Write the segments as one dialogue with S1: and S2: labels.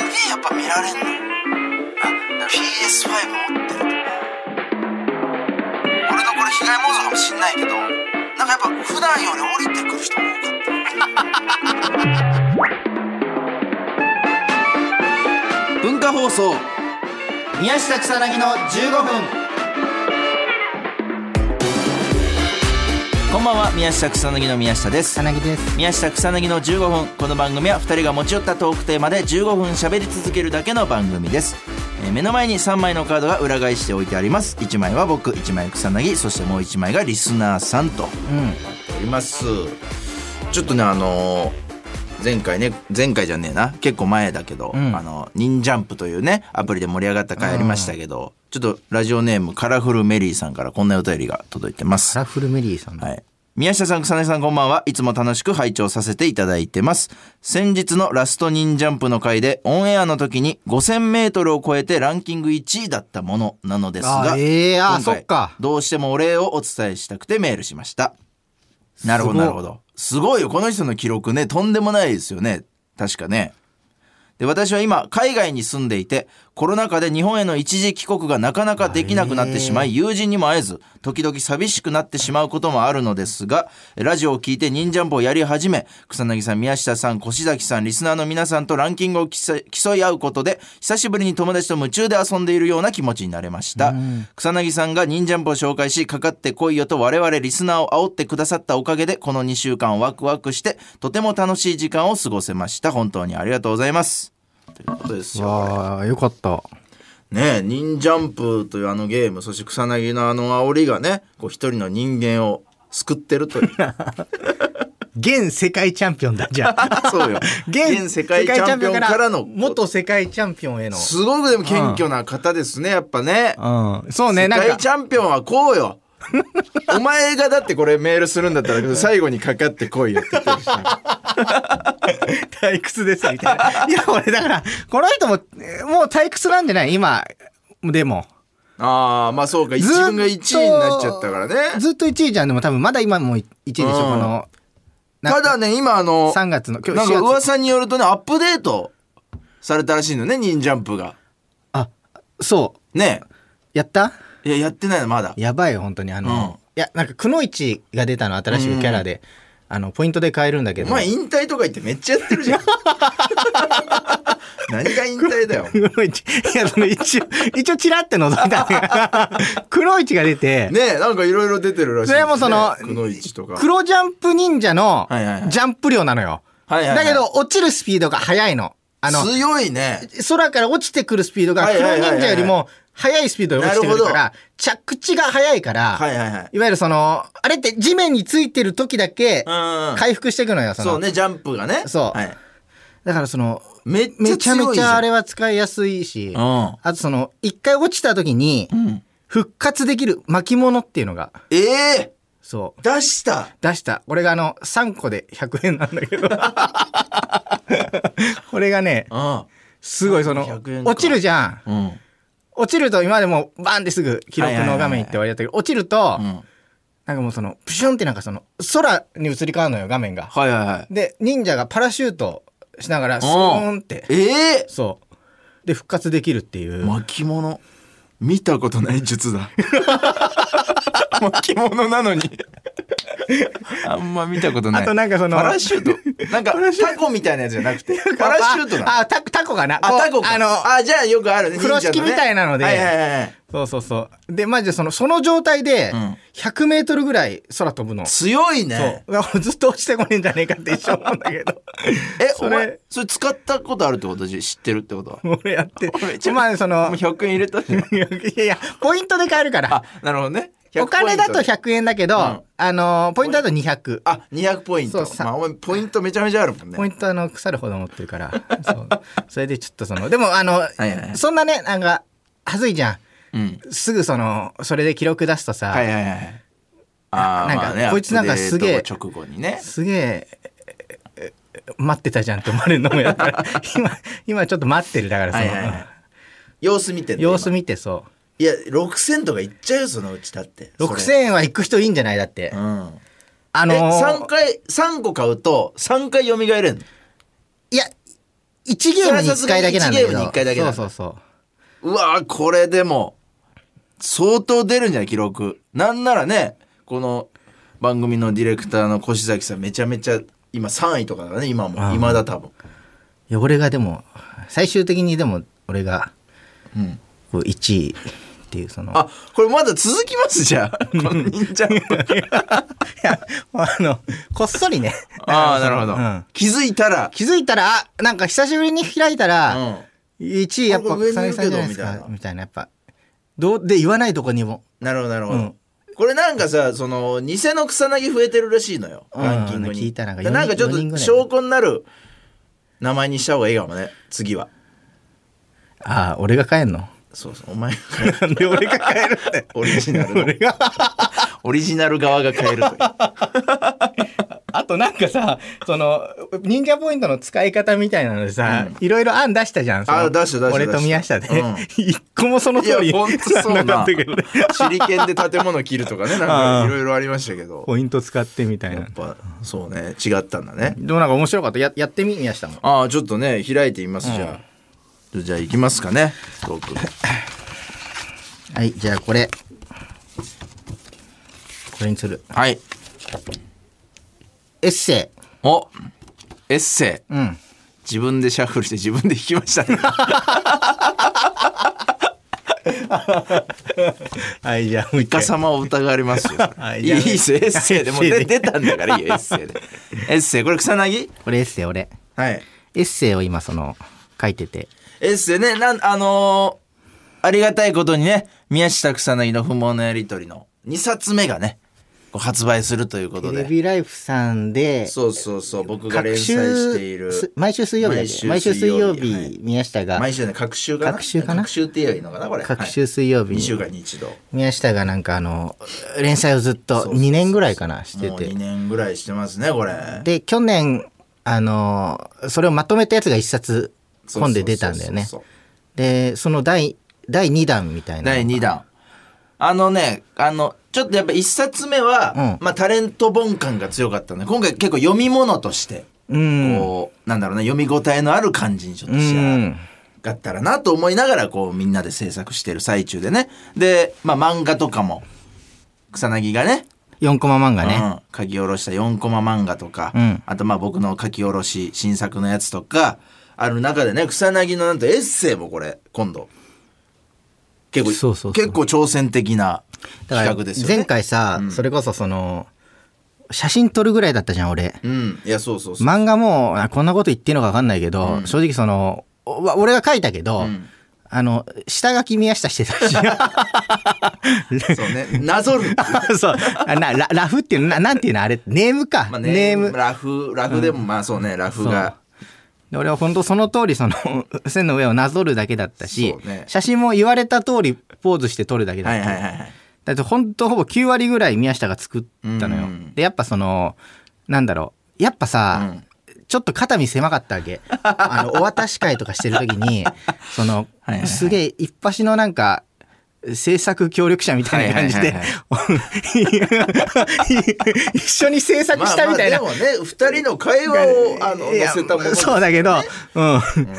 S1: 見られんのあ PS5 持ってると俺のこれ被害妄想かもしんないけどなんかやっぱ普段より降りてくる人が多かった
S2: 文化放送宮下草薙の15分こんばんは宮下草薙の宮下です
S3: 草薙です
S2: 宮下草薙の15分この番組は2人が持ち寄ったトークテーマで15分喋り続けるだけの番組です、えー目の前に3枚のカードが裏返しておいてあります1枚は僕1枚草薙そしてもう1枚がリスナーさんとなっておりますちょっとねあのー前回ね前回じゃねえな結構前だけど、
S3: ん
S2: あの忍ジャンプというねアプリで盛り上がった回ありましたけど、ちょっとラジオネームカラフルメリーさんからこんなお便りが届いてます
S3: カラフルメリーさんだ、
S2: はい。宮下さん、草薙さん、こんばんは。いつも楽しく拝聴させていただいてます。先日のラスト忍ジャンプの回で、オンエアの時に5000メートルを超えてランキング1位だったものなのですが、
S3: あええあ
S2: 今回
S3: そっか
S2: どうしてもお礼をお伝えしたくてメールしました。なるほど、
S3: すごい
S2: なるほど。すごいよ。この人の記録ね、とんでもないですよね。確かね。で私は今海外に住んでいてコロナ禍で日本への一時帰国がなかなかできなくなってしまい友人にも会えず時々寂しくなってしまうこともあるのですがラジオを聞いて忍ジャンプをやり始め草薙さん宮下さん越崎さんリスナーの皆さんとランキングを競い競い合うことで久しぶりに友達と夢中で遊んでいるような気持ちになれました草薙さんが忍ジャンプを紹介しかかってこいよと我々リスナーを煽ってくださったおかげでこの2週間ワクワクしてとても楽しい時間を過ごせました本当にありがとうございますということですよ。
S3: わあよかった
S2: ねえ、忍ジャンプというあのゲーム、そして草薙のあの煽りがね、こう一人の人間を救ってるという。
S3: 現世界チャンピオンだじゃあ
S2: そうよ。 現世界チャンピオンからの、
S3: 元世界チャンピオンへの
S2: すごくでも謙虚な方ですね、やっぱね。
S3: うんそうね
S2: 世
S3: なん
S2: 界
S3: か
S2: チャンピオンはこうよ。 お前がだってこれメールするんだったら最後にかかってこいよって言ってるし
S3: 退屈ですみたいな いや俺だからこの人もえーもう退屈なんじゃない今でも
S2: ああまあそうか
S3: ず
S2: 自
S3: っと
S2: 分が1位になっちゃったからね
S3: ずっと1位じゃんでも多分まだ今も1位でしょ、
S2: うん
S3: このなんか
S2: ただね今あの
S3: 3月の今
S2: なん
S3: 日
S2: か
S3: 4月
S2: 噂によるとねアップデートされたらしいのね忍ジャンプが
S3: あそう
S2: ね
S3: やった
S2: いややってないのまだ
S3: やばいよ本当にあの、
S2: うん
S3: いやなんかくのいちが出たの新しいキャラで、あのポイントで買えるんだけ
S2: お
S3: ど
S2: 前引退とか言ってめっちゃやってるじゃん 何が引退 だよ
S3: くのいちいやその一応一応チラって覗いたんだけ どくのいちが出て、
S2: ねえなんかいろいろ出てるらしいですね、
S3: それはもうそ
S2: く
S3: の
S2: のいちとか
S3: 黒ジャンプ忍者の
S2: はいはいはい
S3: ジャンプ量なのよ、
S2: はいはいはい
S3: だけど落ちるスピードが速いのあの
S2: 強いね
S3: 空から落ちてくるスピードが
S2: はい
S3: 黒
S2: はいはいはい
S3: 忍者よりも速いスピードで落ちてくるか
S2: な
S3: ら着地が速いから、
S2: はいはいはい
S3: いわゆるそのあれって地面についてる時だけ
S2: うんうん
S3: 回復していくのよその
S2: そうねジャンプがね
S3: そう
S2: はい、
S3: だからその
S2: めっ
S3: め
S2: ち
S3: ち
S2: ゃ
S3: ゃ
S2: 強
S3: め
S2: いじ
S3: ち
S2: ゃん
S3: ゃあれは使いやすいし、
S2: うん
S3: あとその、一回落ちた時に、復活できる巻物っていうのが、
S2: ええ
S3: そう、
S2: 出した
S3: 出した。これがあの、3個で100円なんだけど。 これがね、
S2: うん
S3: すごいその
S2: 100円、か
S3: 落ちるじゃん。
S2: うん
S3: 落ちると今でもバンってすぐ記録の画面行って終わりだったけど、落ちると、
S2: うん
S3: なんかもうその、プシュンってなんかその、空に移り変わるのよ、画面が。
S2: はいはいはい
S3: で、忍者がパラシュートしながら、スコーンって、
S2: ええ
S3: そう。で、復活できるっていう。
S2: 巻物見たことない術 だ巻物なのにあんま見たことない
S3: あとなんかその
S2: パラシュートなんかタコみたいなやつじゃなくてパラシュートだ
S3: あ、あタコ、タコかな。
S2: あ
S3: こう
S2: タコか
S3: あの、
S2: あじゃあよくあるね
S3: 風呂敷みたいなので
S2: 忍者ねはいはいはいはい
S3: そうそうそう。で、マジでその、その状態で
S2: ん、
S3: 100メートルぐらい空飛ぶの。
S2: 強いね
S3: そう。ずっと落ちてこねえんじゃねえかって一生思うんだけど。
S2: え
S3: そ
S2: お
S3: れ
S2: 前それ使ったことあるってことじ知ってるってこと
S3: 俺やって
S2: めちゃ。
S3: まあ、そ
S2: もう
S3: の、い
S2: 100円入れた じゃん
S3: やいやいや、ポイントで買えるから
S2: あ。なるほどね100
S3: お金だ
S2: ポ
S3: と
S2: イントで
S3: 100円だけど、
S2: うん
S3: あの、ポイントだと200。
S2: あ200ポイン
S3: そ
S2: ト
S3: うさ
S2: まあお前ポイントめちゃめちゃあるもんね
S3: ポイントあの腐るほど持ってるからそう それでちょっとそのでもあの、
S2: いはい
S3: そんなねなんかはずいじゃ
S2: うん
S3: んすぐそのそれで記録出すとさ、
S2: はいはいはい。あー
S3: なんか
S2: まあね
S3: こいつなんか
S2: アップデート
S3: すげえ
S2: 直後にね。
S3: すげえええ待ってたじゃんって思われるのもやだ から今今ちょっと待ってるだからその、
S2: はいはいはい。様子見てんの
S3: 様子
S2: 今
S3: 見てそ
S2: いや、6000とかいっちゃうよ、そのうちだって。
S3: う6000円は行く人いいんじゃないだって、
S2: それうん。
S3: あの
S2: え、
S3: ー
S2: 3回、三個買うと、3回蘇れんの
S3: いや1ゲームに1回だけなんだけ
S2: それはさすがに一ゲー
S3: ど。
S2: ムに一回だけなんだ
S3: そうそうそう。
S2: うわーこれでも相当出るんじゃない記録なんならねこの番組のディレクターの越崎さんめちゃめちゃ今3位とかだね今
S3: あ
S2: も
S3: ー
S2: 今だ多分
S3: いや俺がでも最終的にでも俺が
S2: うん
S3: こう1位っていうその
S2: あこれまだ続きますじゃあこの忍者
S3: いやあのこっそりね
S2: ああなるほど、
S3: うん
S2: 気づいたら
S3: 気づいたらあなんか久しぶりに開いたら、
S2: う
S3: 1位やっぱ
S2: あこれ
S3: 草薙さんじゃないです
S2: 上にいるけどみたいな
S3: かみたいなやっぱどうで言わないとこにも
S2: んなるほどなるほど、
S3: うん
S2: これなんかさその偽の草薙増えてるらしいのよ
S3: うん
S2: ランキングに
S3: 聞いたなんか
S2: だらなんかちょっ
S3: 四人ぐ
S2: と
S3: らい
S2: 証拠になる名前にした方がいいかもね次は
S3: ああ俺が帰ん の
S2: そうそうお前が
S3: なんで俺が帰るって
S2: オリジナルの
S3: 俺が
S2: オリジナル側が変えるという
S3: あとなんかさその忍者ポイントの使い方みたいなのでさ、いろいろ案出したじゃんその
S2: あ出した出した
S3: 俺と宮下で、
S2: 出したうん
S3: 一個もそ の
S2: い
S3: 通 り
S2: や、ほんとそうな。
S3: なかったけどね
S2: 手裏剣で建物切るとかね、なん
S3: あ
S2: か
S3: ー
S2: いろいろありましたけど。
S3: ポイント使ってみたい
S2: や
S3: な
S2: っ。ぱ、そうね、違ったんだね。
S3: でもなんか面白かった。ややってみ、宮下も。
S2: ああ、ちょっとね、開いてみます、じゃあ。じゃあ、行きますかね、トーク。
S3: はい、じゃあこれ。これにする。
S2: はい。
S3: エッセイ。
S2: おエッセイ。
S3: うん。
S2: 自分でシャッフルして自分で弾きました ね。
S3: はい、じゃあもう一
S2: イカ
S3: 回。
S2: 様を疑われます よ。
S3: はいい
S2: いいいっすよ、エッセイでもう
S3: エッ
S2: 出
S3: セイ
S2: 出
S3: で
S2: たんだからいいよ、エッセ イで。エッセイ、これ草薙
S3: これエッセイ、俺。
S2: はい。
S3: エッセイを今その、書いてて。
S2: エッセイね、なん、あのーありがたいことにね、宮下草薙の不毛のやりとりの2冊目がね、こう発売するということ
S3: テレ
S2: で。
S3: ビライフさんで、
S2: そうそうそう、僕が連
S3: 各
S2: 載
S3: 週
S2: している。
S3: す毎週水曜日だっけ毎
S2: 毎週
S3: 週
S2: 水
S3: 水
S2: 曜
S3: 曜
S2: 日
S3: 日、
S2: はい
S3: 宮下が、
S2: 毎週ね、各週かな
S3: 隔週かな
S2: 隔週って言えばいいのかな、これ。
S3: 各週水曜日
S2: 2
S3: に、
S2: 週間に一度。
S3: 宮下がなんかあの、連載をずっと2年ぐらいかな、して
S2: もう
S3: て
S2: 2。年ぐらいしてますね、これ。
S3: で、去年、あの、それをまとめたやつが一冊、
S2: そうそうそうそう、
S3: 本で出たんだよね
S2: そう。
S3: で、その第、第2弾みたいな。
S2: 第2弾。あのね、あの、ちょっとやっぱ1冊目は、
S3: うん
S2: まあタレント本感が強かったので、今回結構読み物として。
S3: うん。
S2: こう、なんだろうな、読み応えのある感じにちょっ
S3: う
S2: と仕上
S3: ん。
S2: がったらなと思いながら、こう、みんなで制作してる最中でね。で、まあ、漫画とかも、草薙がね、
S3: 4コマ漫画ね。
S2: うん、書き下ろした4コマ漫画とか、
S3: うん
S2: あと、まあ、僕の書き下ろし、新作のやつとか、ある中でね、草薙のなんとエッセイもこれ、今度。結構、
S3: そうそうそう
S2: 結構挑戦的な
S3: だから
S2: 企画ですよね。
S3: 前回さ、それこそその、写真撮るぐらいだったじゃん、俺。
S2: うん、いや、そうそうそう。
S3: 漫画も、あこんなこと言ってんのか分かんないけど、正直その、おわ俺が書いたけど、
S2: ん
S3: あの、下書き宮下してたし。
S2: そうね。なぞる。
S3: そう。あなララフっていうの、ななんていうのあれ、ネームか。
S2: まあ、
S3: ネ
S2: ネ
S3: ー
S2: ー
S3: ム
S2: ム。。ラフ、ラフでも、まあそうね、ラフが。
S3: で俺は本当その通りその線の上をなぞるだけだったし、
S2: そうね
S3: 写真も言われた通りポーズして撮るだけだっ
S2: は
S3: た、
S2: いはいはいはい。
S3: だって本当ほぼ9割ぐらい宮下が作ったのよ、
S2: うん
S3: でやっぱそのなんだろうやっぱさ、ちょっと肩身狭かったわ けあのお渡し会とかしてる時にその
S2: はいはいはい
S3: すげえ一発のなんか制作協力者みたいな感じで、
S2: はい
S3: 一緒に制作したみたいな
S2: まあ、まあでもね、二人の会話をあの
S3: いや
S2: 載せたもの。
S3: そうだけど、う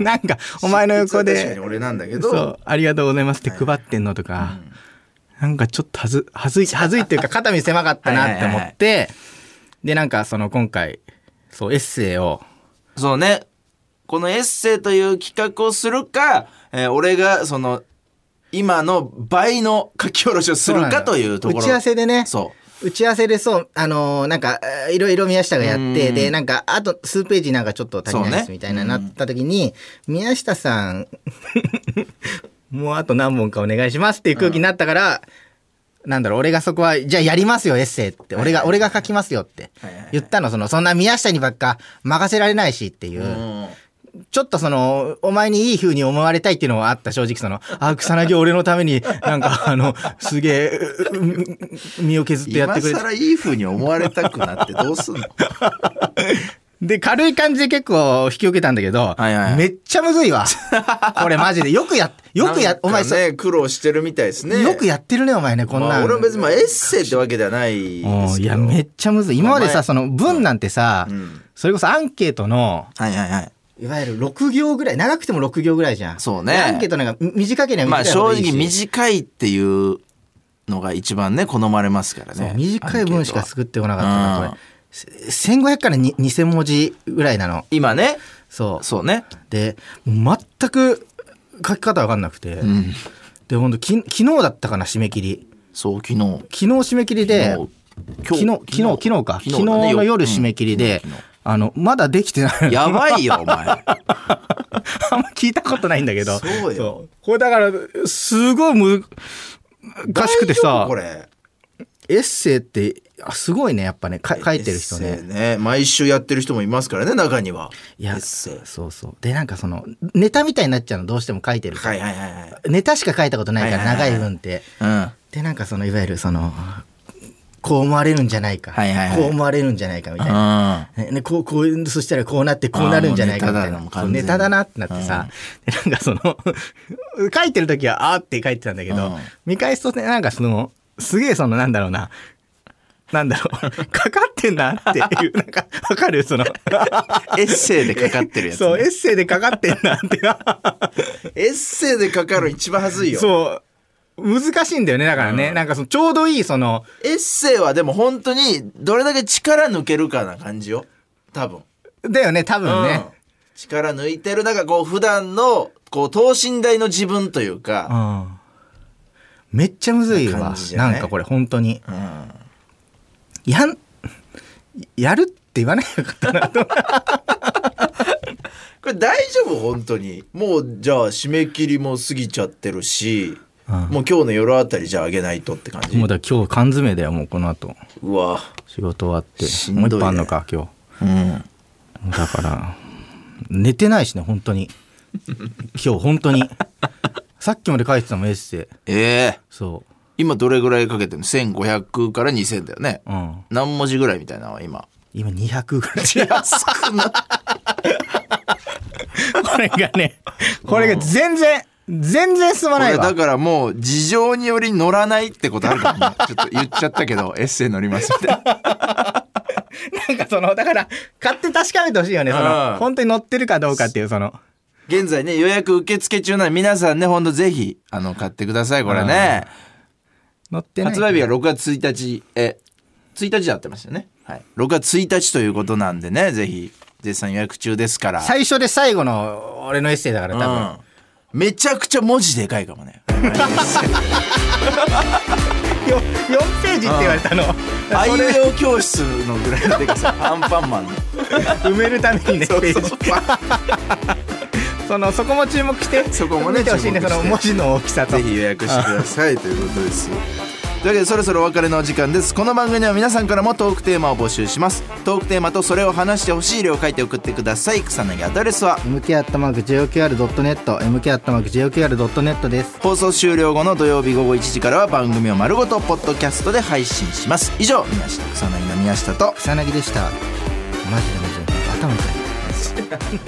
S3: ん。なんか、お前の横
S2: 実は確かに
S3: で、
S2: 俺なんだけど。
S3: そう、ありがとうございますって配ってんのとか、なんかちょっとはず、はずい、はずいっていうか、 肩身狭かったなって思って、で、なんかその今回、そう、エッセイを、
S2: そうね。このエッセイという企画をするか、えー俺がその、今の倍の書き下ろしをするかというところ。
S3: 打ち合わせでね、
S2: そ
S3: 打ち合わせでそう、あのーなんか、えーいろいろ宮下がやっ
S2: う
S3: て、
S2: ん
S3: で、なんか、あと数ページなんかちょっと足りないで
S2: そう
S3: す
S2: ね
S3: みたいななった時に、宮下さん、 もうあと何本かお願いしますっていう空気になったから、なんだろう、俺がそこは、じゃあやりますよ、エッセイって。俺が、俺が書きますよって
S2: はいはいはい。。
S3: 言ったの、その、そんな宮下にばっか任せられないしっていう
S2: う
S3: う。
S2: ん
S3: ちょっとその、お前にいい風に思われたいっていうのはあった、正直その、あ、草薙俺のために、なんかあの、すげえ、ううう身を削ってやっ
S2: 今
S3: てくれて
S2: 更いい風に思われたくなってどうすん の
S3: で、軽い感じで結構引き受けたんだけど、
S2: はいはい
S3: めっちゃむず いわ。これマジで。よくや、よく
S2: なん
S3: や、
S2: か
S3: お前さ、
S2: ね、苦労してるみたいですね。
S3: よくやってるね、お前ね、こん
S2: ま
S3: な
S2: あ、
S3: ん。
S2: 俺は別にまあエッセイってわけではないで
S3: う
S2: す
S3: んい
S2: けど。
S3: や、めっちゃむずい。今ま
S2: お
S3: で
S2: 前
S3: さ、その文なんてさ、
S2: うん
S3: それこそアンケートの、
S2: はいはいはい。
S3: いわゆる6行ぐらい長くても6行ぐらいじゃん
S2: そうね
S3: アンケートなんかみ短ければ
S2: ま
S3: 短い
S2: あ
S3: ほど
S2: 正
S3: いい
S2: 直
S3: し
S2: 短いっていうのが一番ね好まれますから
S3: そう
S2: ね
S3: 短い文しか作
S2: っ
S3: ってこなかった
S2: う
S3: なんこれせ1500からに2000文字ぐらいなの
S2: 今ね
S3: そう
S2: そうね
S3: で全く書き方わかんなくて、
S2: うん
S3: でほんとき昨日だったかな締め切り
S2: そう昨日
S3: 昨日締め切りで
S2: 昨
S3: 昨日昨日昨日か昨日
S2: だね
S3: の夜締め切りで、
S2: うん昨
S3: あのまだできてない
S2: 日やばいよお前
S3: あんま聞いたことないんだけど。
S2: そうよ
S3: これだから、すごいむ、難しくて
S2: 大丈
S3: さ
S2: 夫こ、れ
S3: エッセイって、あすごいね、やっぱね、か書いてる人
S2: エッセ
S3: ね。
S2: イ毎週やってる人もいますからね中にはい
S3: や、
S2: エッセイ
S3: そうそう。で、なんかその、ネタみたいになっちゃうの、どうしても書いてるから。
S2: はいはいはいはい
S3: ネタしか書いたことないか
S2: は
S3: ら、
S2: いはいは
S3: 長
S2: い
S3: い文って。
S2: うんは
S3: で、なんかその、いわゆるその、こう思われるんじゃないか。
S2: はいはいはい
S3: こう思われるんじゃないか、みたいな。ねね、こう、こう、そしたらこうなってこうなるんじゃないかみたい
S2: あーもう
S3: な
S2: ネタだなもう。完全に
S3: そうネタだなってなってさ、でなんかその、 書いてる時はあーって書いてたんだけど、
S2: うん
S3: 見返すとね、なんかその、すげえその、なんだろうな、なんだろう、 かかってんなっていう、なんか、わかるそ
S2: う
S3: の、
S2: んエッセイでかかってるやつ、ね、
S3: そう、エッセイでかかってんなって。
S2: エッセイでかかる一番はずいよ
S3: そう。難しいんだよね、だからね。なんかその、ちょうどいいその、
S2: エッセイはでも本当にどれだけ力抜けるかな感じよ多分、
S3: だよね、多分ね。
S2: うん力抜いてるなんかこう普段のこう等身大の自分というか、
S3: うんめっちゃむずい
S2: な
S3: わ
S2: 感じじゃな
S3: ないんかこれ本当に
S2: うん
S3: やんやるって言わないよかったなと
S2: これ大丈夫本当にもうじゃあ締め切りも過ぎちゃってるし、
S3: うん
S2: もう今日の夜あたりじゃああげないとって感じ
S3: もうだ今日缶詰だよもうこの後
S2: うわ
S3: 仕事終わって
S2: しんどい
S3: もう
S2: ね
S3: 一杯あんのか今
S2: うん
S3: 日だから寝てないしね本当 に今日本当にさっきまで書いてたもんエッセイ
S2: ええ
S3: そ
S2: 今どれぐらいかけてるの1500から2000だよね、
S3: ううん
S2: 何文字ぐらいみたいなのは今
S3: 今200ぐらい
S2: いや少な
S3: これがねこれが全然全然進ま
S2: こ
S3: ない
S2: れだ
S3: わ
S2: からもう事情により乗らないってことあるからねちょっと言っちゃったけどエッセイ乗りますみたいな
S3: なんかそのだから買って確かめてほしいよねその
S2: うん
S3: 本当に載ってるかどうかっていうその
S2: 現在ね予約受付中なので皆さんねほんとぜひあの買ってくださいこれね
S3: 載ってない
S2: 発売日は6月1日え1日であってましたよね、はい、6月1日ということなんでねぜひ絶賛予約中ですから
S3: 最初で最後の俺のエッセイだから多分、
S2: うん、めちゃくちゃ文字でかいかもね
S3: よ4ページって言われたの、
S2: あ
S3: そ
S2: いう
S3: れ
S2: えお教室のぐらいのでかさアンパンマンの
S3: 埋めるためにねページそのそこも注目して
S2: そこもね
S3: 見てほしいね
S2: 注目
S3: そ
S2: して
S3: の文字の大きさ と
S2: ぜひ予約してくださいということです。というわけでそろそろお別れのお時間ですこの番組では皆さんからもトークテーマを募集しますトークテーマとそれを話してほしい量を書いて送ってください草薙アドレスは
S3: MK アットマーク JOQR.net MK アットマーク JOQR.net です
S2: 放送終了後の土曜日午後1時からは番組を丸ごとポッドキャストで配信します以上宮下草薙の宮下と
S3: 草薙でしたマジでマジで頭痛い